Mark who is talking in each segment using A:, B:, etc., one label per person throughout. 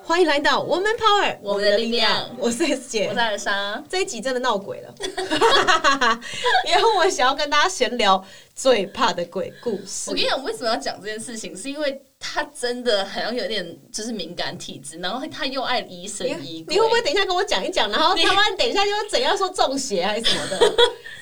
A: 欢迎来到我们 Power，
B: 我们的力量。
A: 我是 S 姐，
B: 我在莎，
A: 这一集真的闹鬼了， 因为我想要跟大家闲聊最怕的鬼故事。
B: 我跟你讲，我为什么要讲这件事情，是因为他真的好像有点就是敏感体质，然后他又爱疑神
A: 你
B: 疑鬼。
A: 你会不会等一下跟我讲一讲，然后
B: 你
A: 他们等一下又怎样说中邪还是 什么的？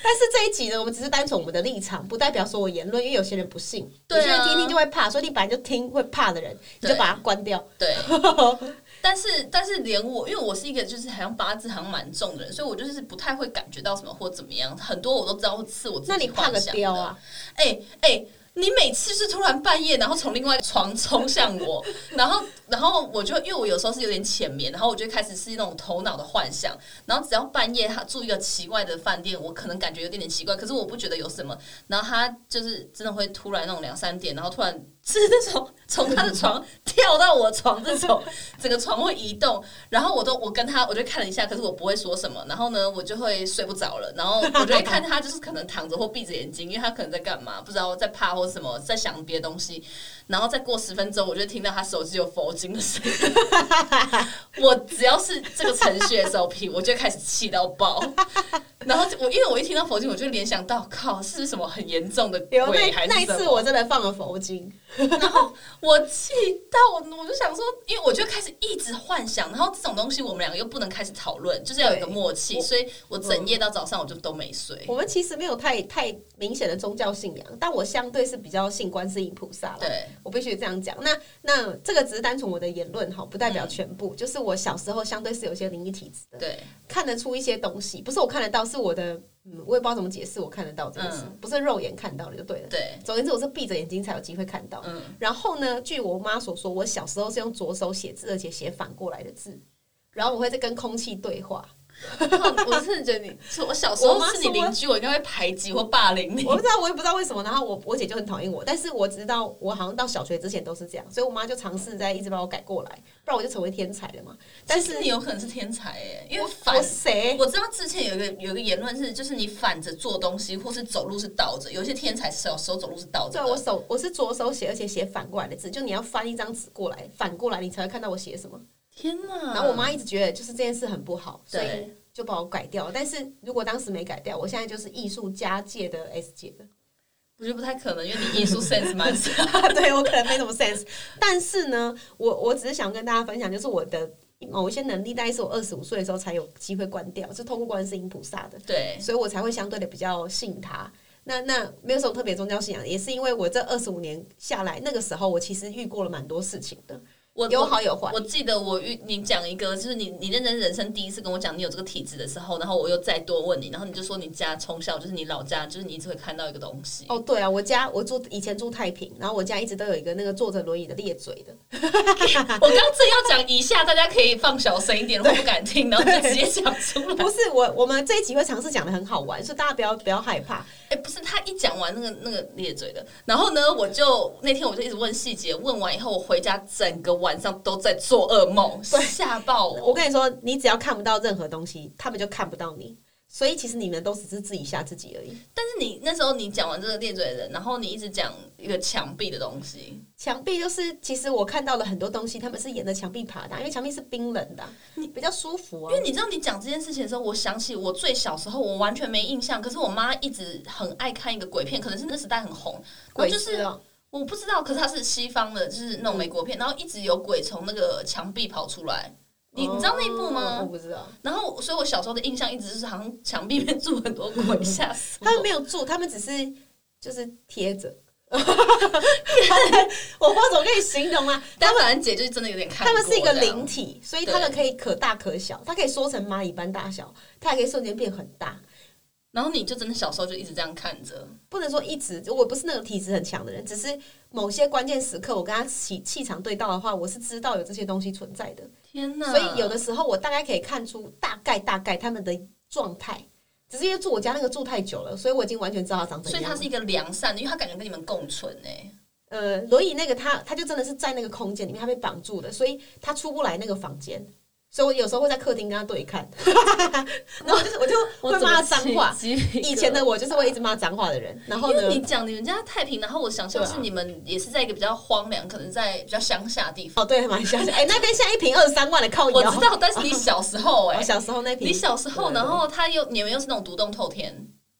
A: 但是这一集呢，我们只是单纯我们的立场，不代表说我言论，因为有些人不信，
B: 对啊
A: 有些人听一听就会怕，所以你本来就听会怕的人，你就
B: 对
A: 把它关掉。
B: 对？啊但是但是连我，因为我是一个就是好像八字好像蛮重的人，所以我就是不太会感觉到什么或怎么样，很多我都知道是我自己
A: 那你怕
B: 幻
A: 个
B: 想
A: 雕
B: 的
A: 啊！
B: 哎、哎、你每次是突然半夜，然后从另外一个床冲向我，然后然后我就因为我有时候是有点浅眠，然后我就开始是那种头脑的幻想，然后只要半夜他住一个奇怪的饭店，我可能感觉有点点奇怪，可是我不觉得有什么，然后他就是真的会突然那种两三点，然后突然 是那种从他的床跳到我床这种，整个床会移动，然后我都我跟他我就看了一下，可是我不会说什么，然后呢我就会睡不着了，然后我就会看他就是可能躺着或闭着眼睛，因为他可能在干嘛，不知道在怕或什么，在想别的东西，然后再过十分钟，我就听到他手机有佛经的声音，我只要是这个程序 SOP，我就开始气到爆。然后我因为我一听到佛经，我就联想到靠是不是什么很严重的
A: 有那
B: 鬼还是
A: 那一
B: 什
A: 次
B: 么，
A: 我真的放了佛经，
B: 我气到我我就想说，因为我就开始一直幻想，然后这种东西我们两个又不能开始讨论，就是要有一个
A: 对
B: 默契，
A: 我嗯
B: 所以我整夜到早上我就都没睡。
A: 我们其实没有太太明显的宗教信仰，但我相对是比较信观世音菩萨啦。
B: 对，
A: 我必须这样讲。那那这个只是单纯我的言论哈，不代
B: 嗯
A: 表全部。就是我小时候相对是有一些灵异体质的，
B: 对，
A: 看得出一些东西，不是我看得到，是我的嗯，我也不知道怎么解释，我看得到这件事，
B: 嗯
A: 不是肉眼看到的就对了。
B: 对，
A: 总而言之，我是闭着眼睛才有机会看到。
B: 嗯，
A: 然后呢，据我妈所说，我小时候是用左手写字，而且写反过来的字，然后我会在跟空气对话。
B: 我真的觉得你，我小时
A: 我
B: 候
A: 妈
B: 是你
A: 说我
B: 邻居，我应该会排挤或霸凌你。
A: 我不知道，我也不知道为什么。然后我我姐就很讨厌我，但是我知道我好像到小学之前都是这样，所以我妈就尝试在一直把我改过来，不然我就成为天才了嘛。但
B: 其实
A: 是
B: 你有可能是天才哎、因
A: 我
B: 为反
A: 我谁？
B: 我知道之前有一个有一个言论是，就是你反着做东西，或是走路是倒着。有一些天才小时候走路是倒着
A: 对，啊
B: 的。
A: 我手我是左手写，而且写反过来的字，就你要翻一张纸过来，反过来你才会看到我写什么。
B: 天哪！
A: 然后我妈一直觉得就是这件事很不好，所以
B: 嗯对
A: 就把我改掉了。但是如果当时没改掉，我现在就是艺术家界的 S 姐了。
B: 我觉得不太可能，因为你艺术 sense 蛮 差。
A: 对我可能没什么 sense，但是呢，我我只是想跟大家分享，就是我的某一些能力，大概是我二十五岁的时候才有机会关掉，是透过观世音菩萨的，
B: 对，
A: 所以我才会相对的比较信他。那那没有什么特别宗教信仰，也是因为我这二十五年下来，那个时候我其实遇过了蛮多事情的，
B: 我
A: 有好有坏。
B: 我记得我遇你讲一个，就是你你认真人生第一次跟我讲你有这个体质的时候，然后我又再多问你，然后你就说你家从小就是你老家，就是你一直会看到一个东 西。
A: 哦，对啊，我家我住以前住太平，然后我家一直都有一个那个坐着轮椅的裂嘴的，
B: 我刚正要讲一下，大家可以放小声一点，我不敢听，然后就直接讲出来。
A: 不是我我们这一集会尝试讲的很好玩，所以大家不要不要害怕。
B: 哎、不是，他一讲完那个那个咧嘴的，然后呢，我就那天我就一直问细节，问完以后，我回家整个晚上都在做噩梦，吓爆
A: 我
B: 我。
A: 跟你说，你只要看不到任何东西，他们就看不到你。所以其实你们都只是自己吓自己而已。
B: 但是你那时候你讲完这个咧嘴的人，然后你一直讲一个墙壁的东西，
A: 墙壁就是，其实我看到了很多东西，他们是沿着墙壁爬的啊，因为墙壁是冰冷的啊，比较舒服
B: 因
A: 啊
B: 为。你知道你讲这件事情的时候，我想起我最小时候，我完全没印象，可是我妈一直很爱看一个鬼片，可能是那时代很红，然后
A: 鬼
B: 哦就
A: 知
B: 是
A: 道，
B: 我不知道，可是它是西方的，就是那种美国片，
A: 嗯
B: 然后一直有鬼从那个墙壁跑出来，你你知道那一部吗？
A: 哦我不知道，
B: 然后，所以我小时候的印象一直是好像墙壁里面住很多鬼，吓死
A: 他们
B: 我！
A: 没有住，他们只是就是贴着。 我不知道怎么跟你形容啊，
B: 但反正姐就是真的有点看
A: 他
B: 过
A: 们是一个
B: 这样
A: 灵体，所以他们可以可大可小，它可以缩成蚂蚁般大小，它还可以瞬间变很大。
B: 然后你就真的小时候就一直这样看着，
A: 不能说一直，我不是那个体质很强的人，只是某些关键时刻，我跟他气气场对到的话，我是知道有这些东西存在的，
B: 天哪！
A: 所以有的时候我大概可以看出大概大概他们的状态，只是因为住我家那个住太久了，所以我已经完全知道他长怎
B: 所以
A: 样
B: 它
A: 了。
B: 是一个良善的，因为它感觉跟你们共存哎、
A: 呃，轮椅那个他，他就真的是在那个空间里面，他被绑住的，所以他出不来那个房间。所以我有时候会在客厅跟他对看， 然后我就是我就会骂他脏话。以前的我就是会一直骂脏话的人，然后
B: 哦因
A: 呢
B: 为，你讲你们家太平，然后我想象
A: 对啊
B: 是你们也是在一个比较荒凉，可能在比较乡下的地方。
A: 哦对，蛮像是，哎、那边现在一瓶二三万的靠
B: 我
A: 腰，
B: 知道，但是你小 时候哎、
A: 我小时候那瓶，
B: 你小时
A: 哦
B: 候，
A: 对
B: 然后他又你们又是那种独栋透天，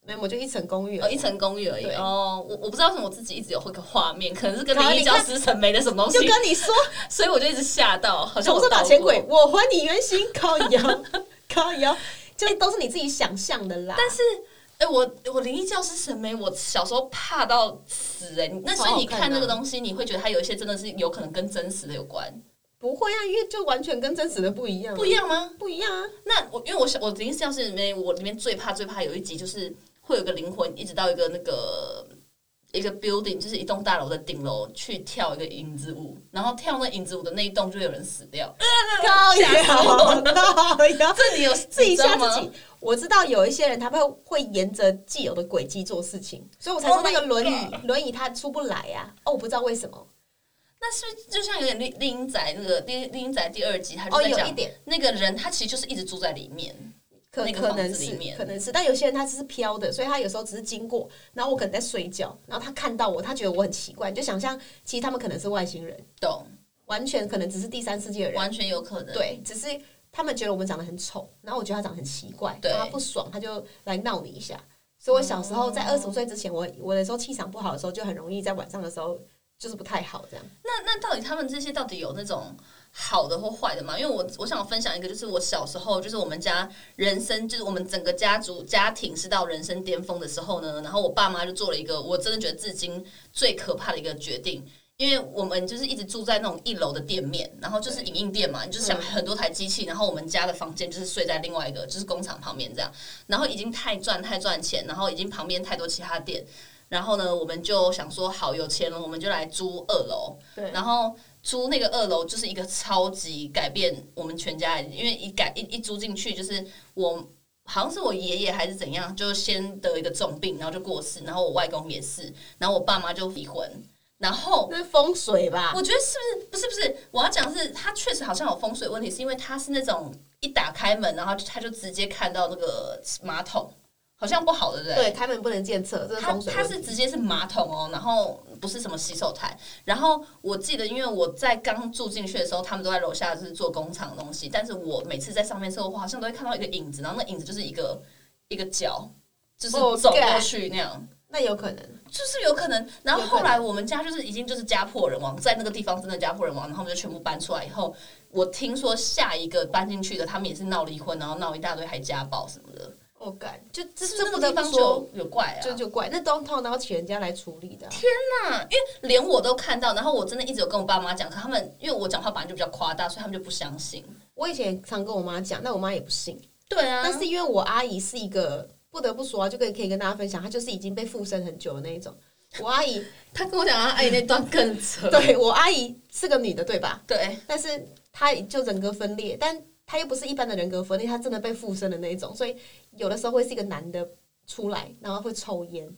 A: 没有，我就一层公寓而
B: 哦，
A: 已，
B: 一层公寓而已
A: 对。
B: 哦，我我不知道为什么我自己一直有会个画面，可能是跟
A: 好
B: 灵异
A: 你
B: 教
A: 看
B: 师陈梅的什么东西
A: 就，跟你说，
B: 所以我就一直吓到，哦好像
A: 穷
B: 我
A: 是把
B: 到
A: 钱
B: 过
A: 鬼，我还你原形，靠腰，靠腰，就都是你自己想象的啦。
B: 但是，哎、我我灵异教师审美，我小时候怕到死哎、那所以
A: 好好
B: 你
A: 看啊
B: 看那个东西，你会觉得它有一些真的是有可能跟真实的有关，
A: 不会啊，因为就完全跟真实的不一样啊，
B: 不一样吗？
A: 不一样 啊。
B: 那我因为我小我灵异教师里面，我里面最怕最怕有一集就是会有个灵魂一直到一个那个。一个 building 就是一栋大楼的顶楼去跳一个影子舞，然后跳那影子舞的那一栋就有人死掉。
A: 高腰，高腰，
B: 这你有
A: 啊自己
B: 你知道
A: 吓
B: 吗
A: 自己。我知道有一些人他会会沿着既有的轨迹做事情，所以我才
B: Oh
A: 说
B: my
A: 那个轮椅轮椅它出不来呀、啊。哦，我不知道为什么，
B: 那是不是就像有点丽丽英仔那个丽丽英仔第二集，他就
A: 哦，
B: 在
A: 有
B: 讲、
A: 一点
B: 那个人，他其实就是一直住在里面。
A: 可
B: 那个
A: 可
B: 房子
A: 能
B: 里
A: 是
B: 面
A: 可能是，但有些人他只是飘的，所以他有时候只是经过，然后我可能在睡觉，然后他看到我，他觉得我很奇怪，就想象其实他们可能是外星人，
B: 懂，
A: 完全可能只是第三世界的人，
B: 完全有可能。
A: 对，只是他们觉得我们长得很丑，然后我觉得他长得很奇怪，
B: 对
A: 然后他不爽，他就来闹你一下。所以我小时
B: 哦
A: 候在二十五岁之前，我我的时候气场不好的时候，就很容易在晚上的时候就是不太好这样。
B: 那那到底他们这些到底有那种好的或坏的吗？因为我我想分享一个，就是我小时候，就是我们家人生，就是我们整个家族家庭是到人生巅峰的时候呢，然后我爸妈就做了一个我真的觉得至今最可怕的一个决定。因为我们就是一直住在那种一楼的店面，然后就是影印店嘛，你就是想很多台机器，然后我们家的房间就是睡在另外一个就是工厂旁边这样，然后已经太赚太赚钱，然后已经旁边太多其他店，然后呢，我们就想说好有钱了，我们就来租二楼，
A: 对，
B: 然后租那个二楼就是一个超级改变我们全家，因为一改一一租进去就是我。好像是我爷爷还是怎样，就先得一个重病，然后就过世，然后我外公也是，然后我爸妈就离婚，然后
A: 那是风水吧？
B: 我觉得是不是不是不是，我要讲的是它确实好像有风水问题，是因为它是那种一打开门，然后他就直接看到那个马桶，好像不好，对不对？
A: 对，开门不能见侧，这是
B: 它
A: 风水
B: 它
A: 问题。
B: 是直接是马桶哦，然后不是什么洗手台。然后我记得，因为我在刚住进去的时候，他们都在楼下就是做工厂的东西，但是我每次在上面的时候，我好像都会看到一个影子，然后那影子就是一个一个脚，就是
A: 哦
B: 走过
A: 干
B: 去那样。
A: 那有可能，
B: 就是有可能，然后
A: 有可
B: 后
A: 能
B: 来我们家就是已经就是家破人亡，在那个地方真的家破人亡，然后我们就全部搬出来以后，我听说下一个搬进去的他们也是闹离婚，然后闹一大堆还家暴什么的，
A: 我感哦就这
B: 是不
A: 这
B: 是那
A: 不
B: 个
A: 得
B: 地
A: 不
B: 方
A: 说，
B: 就有怪啊？
A: 这就怪那都通常都要请人家来处理的啊。
B: 那因为连我都看到，然后我真的一直有跟我爸妈讲，可他们因为我讲话本来就比较夸大，所以他们就不相信。
A: 我以前常跟我妈讲，但我妈也不信。
B: 对啊
A: 但是因为我阿姨是一个不得不说啊，就跟可以跟大家分享，她就是已经被附身很久的那一种。我阿 姨，
B: 他跟我讲他阿姨那段更扯
A: 对我阿姨是个女的，对吧？
B: 对，
A: 但是她就人格分裂，但她又不是一般的人格分裂，她真的被附身的那一种，所以有的时候会是一个男的出来，然后会抽烟，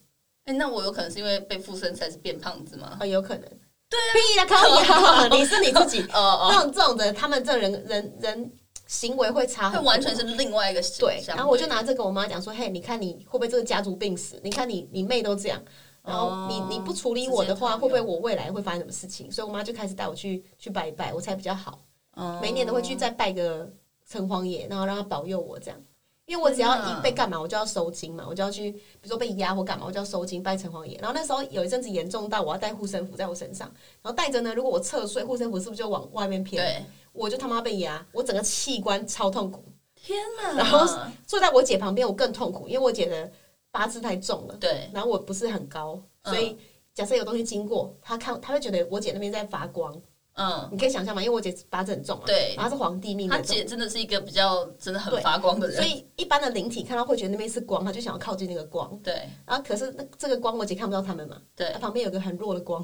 B: 哎、那我有可能是因为被附身才是变胖子吗？
A: 啊、有可能。对啊，屁啦， 靠你啊，你是你 自己。
B: 哦哦，
A: 那种这种的，他们这人人人行为会差
B: 会
A: 很多，
B: 完全是另外一个形
A: 对，
B: 象
A: 然后我就拿这跟我妈讲说，嘿，你看你会不会这个家族病死？你看你你妹都这样，然后你、
B: 哦
A: 你不处理我的话，
B: 直接套用
A: 会不会我未来会发生什么事情？所以我妈就开始带我去去拜一拜，我才比较好，
B: 哦
A: 每年都会去再拜个城隍爷，然后让他保佑我这样。因为我只要
B: 天哪
A: 一被干嘛，我就要收金嘛，我就要去，比如说被压或干嘛，我就要收金拜城隍爷。然后那时候有一阵子严重到我要带护身符在我身上，然后带着呢，如果我侧睡，护身符是不是就往外面偏？
B: 对，
A: 我就他妈被压，我整个器官超痛苦。
B: 天哪！
A: 然后坐在我姐旁边，我更痛苦，因为我姐的八字太重了，
B: 对，
A: 然后我不是很高，
B: 嗯
A: 所以假设有东西经过，她看她会觉得我姐那边在发光，
B: 嗯，
A: 你可以想象吗？因为我姐八字很重啊，
B: 对
A: 然后她是皇帝命
B: 他
A: 那种，
B: 姐真的是一个比较真的很
A: 对
B: 发光的
A: 所
B: 人，
A: 以一般的灵体看到会觉得那边是光，她就想要靠近那个光，
B: 对
A: 然后可是那这个光我姐看不到他们嘛，
B: 对
A: 她，旁边有个很弱的光，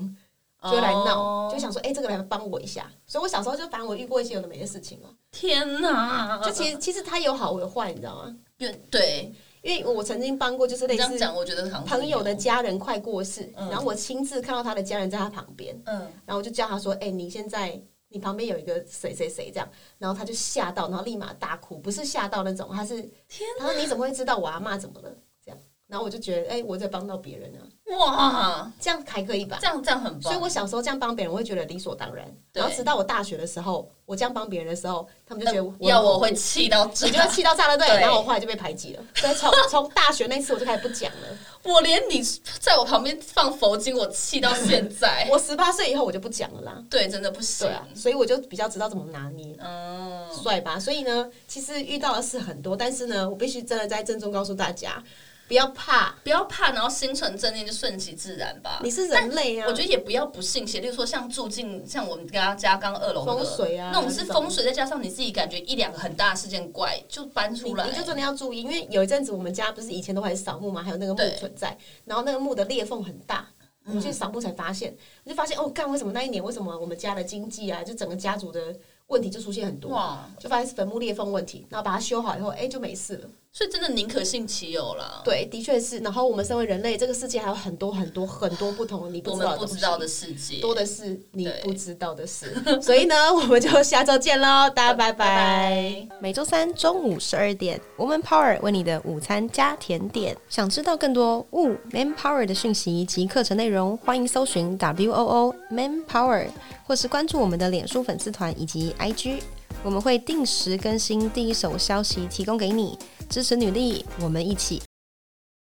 A: 就会来闹，
B: 哦
A: 就想说哎、这个来帮我一下，所以我小时候就反正我遇过一些有的没的事情嘛，
B: 天哪！
A: 就其实其实它有好有坏，你知道吗？
B: 因为对，
A: 因为我曾经帮过就是
B: 你
A: 类
B: 这样
A: 似
B: 讲，我觉得好像
A: 朋友的
B: 有
A: 家人快过世，
B: 嗯
A: 然后我亲自看到他的家人在他旁边，
B: 嗯
A: 然后我就叫他说：“哎、你现在你旁边有一个谁谁谁这样，然后他就吓到，然后立马大哭，不是吓到那种，他是
B: 天
A: 他说你怎么会知道我阿妈怎么了？这样，然后我就觉得，哎、我在帮到别 人啊，
B: 哇，
A: 这样还可以吧？
B: 这样这样很
A: 所以
B: 棒，
A: 我小时候这样帮别人，我会觉得理所当然。
B: 对
A: 然后直到我大学的时候，我这样帮别人的时候，他们就觉得我
B: 呃要我会气到炸
A: 你就会气到炸了，对不对？
B: 对
A: 然后我后来就被排挤了，所以从从大学那次我就开始不讲 了。
B: 我连你在我旁边放佛经，我气到现在。
A: 我十八岁以后我就不讲了啦，
B: 对，真的不行
A: 对。啊，所以我就比较知道怎么拿捏。
B: 嗯，
A: 帅吧？所以呢，其实遇到的事很多，但是呢，我必须真的在郑重告诉大家，不要怕，
B: 不要怕，然后心存正念，就顺其自然吧。
A: 你是人类啊
B: 我。觉得也不要不信邪，例如说像住进像我们家家刚二楼那个
A: 风水啊
B: 那种
A: 这
B: 是
A: 种
B: 风水，再加上你自己感觉一两个很大的事件怪就搬
A: 你
B: 出来
A: 你，就真的要注意，因为有一阵子我们家不是以前都还是扫墓嘛，还有那个
B: 对
A: 木存在，然后那个墓的裂缝很大，
B: 嗯
A: 我们去扫墓才发现，我就发现哦，干为什么那一年为什么我们家的经济啊，就整个家族的问题就出现很多，
B: 哇！
A: 就发现是坟墓裂缝问题，然后把它修好以后，哎、就没事了。
B: 所以真的宁可信其有啦。
A: 对，的确是。然后我们身为人类，这个世界还有很多很多很多不同的你不
B: 我
A: 知道
B: 们
A: 的
B: 不
A: 东西
B: 知道的世界，
A: 多的是你
B: 对
A: 不知道的事。所以呢，我们就下周见喽， 大家拜拜。
C: 每周三中午十二点，Woman Power 为你的午餐加甜点。想知道更多 Wo Man Power 的讯息及课程内容，欢迎搜寻 W O O Man Power，或是关注我们的脸书粉丝团以及 IG。我们会定时更新第一手消息，提供给你支持女力，我们一起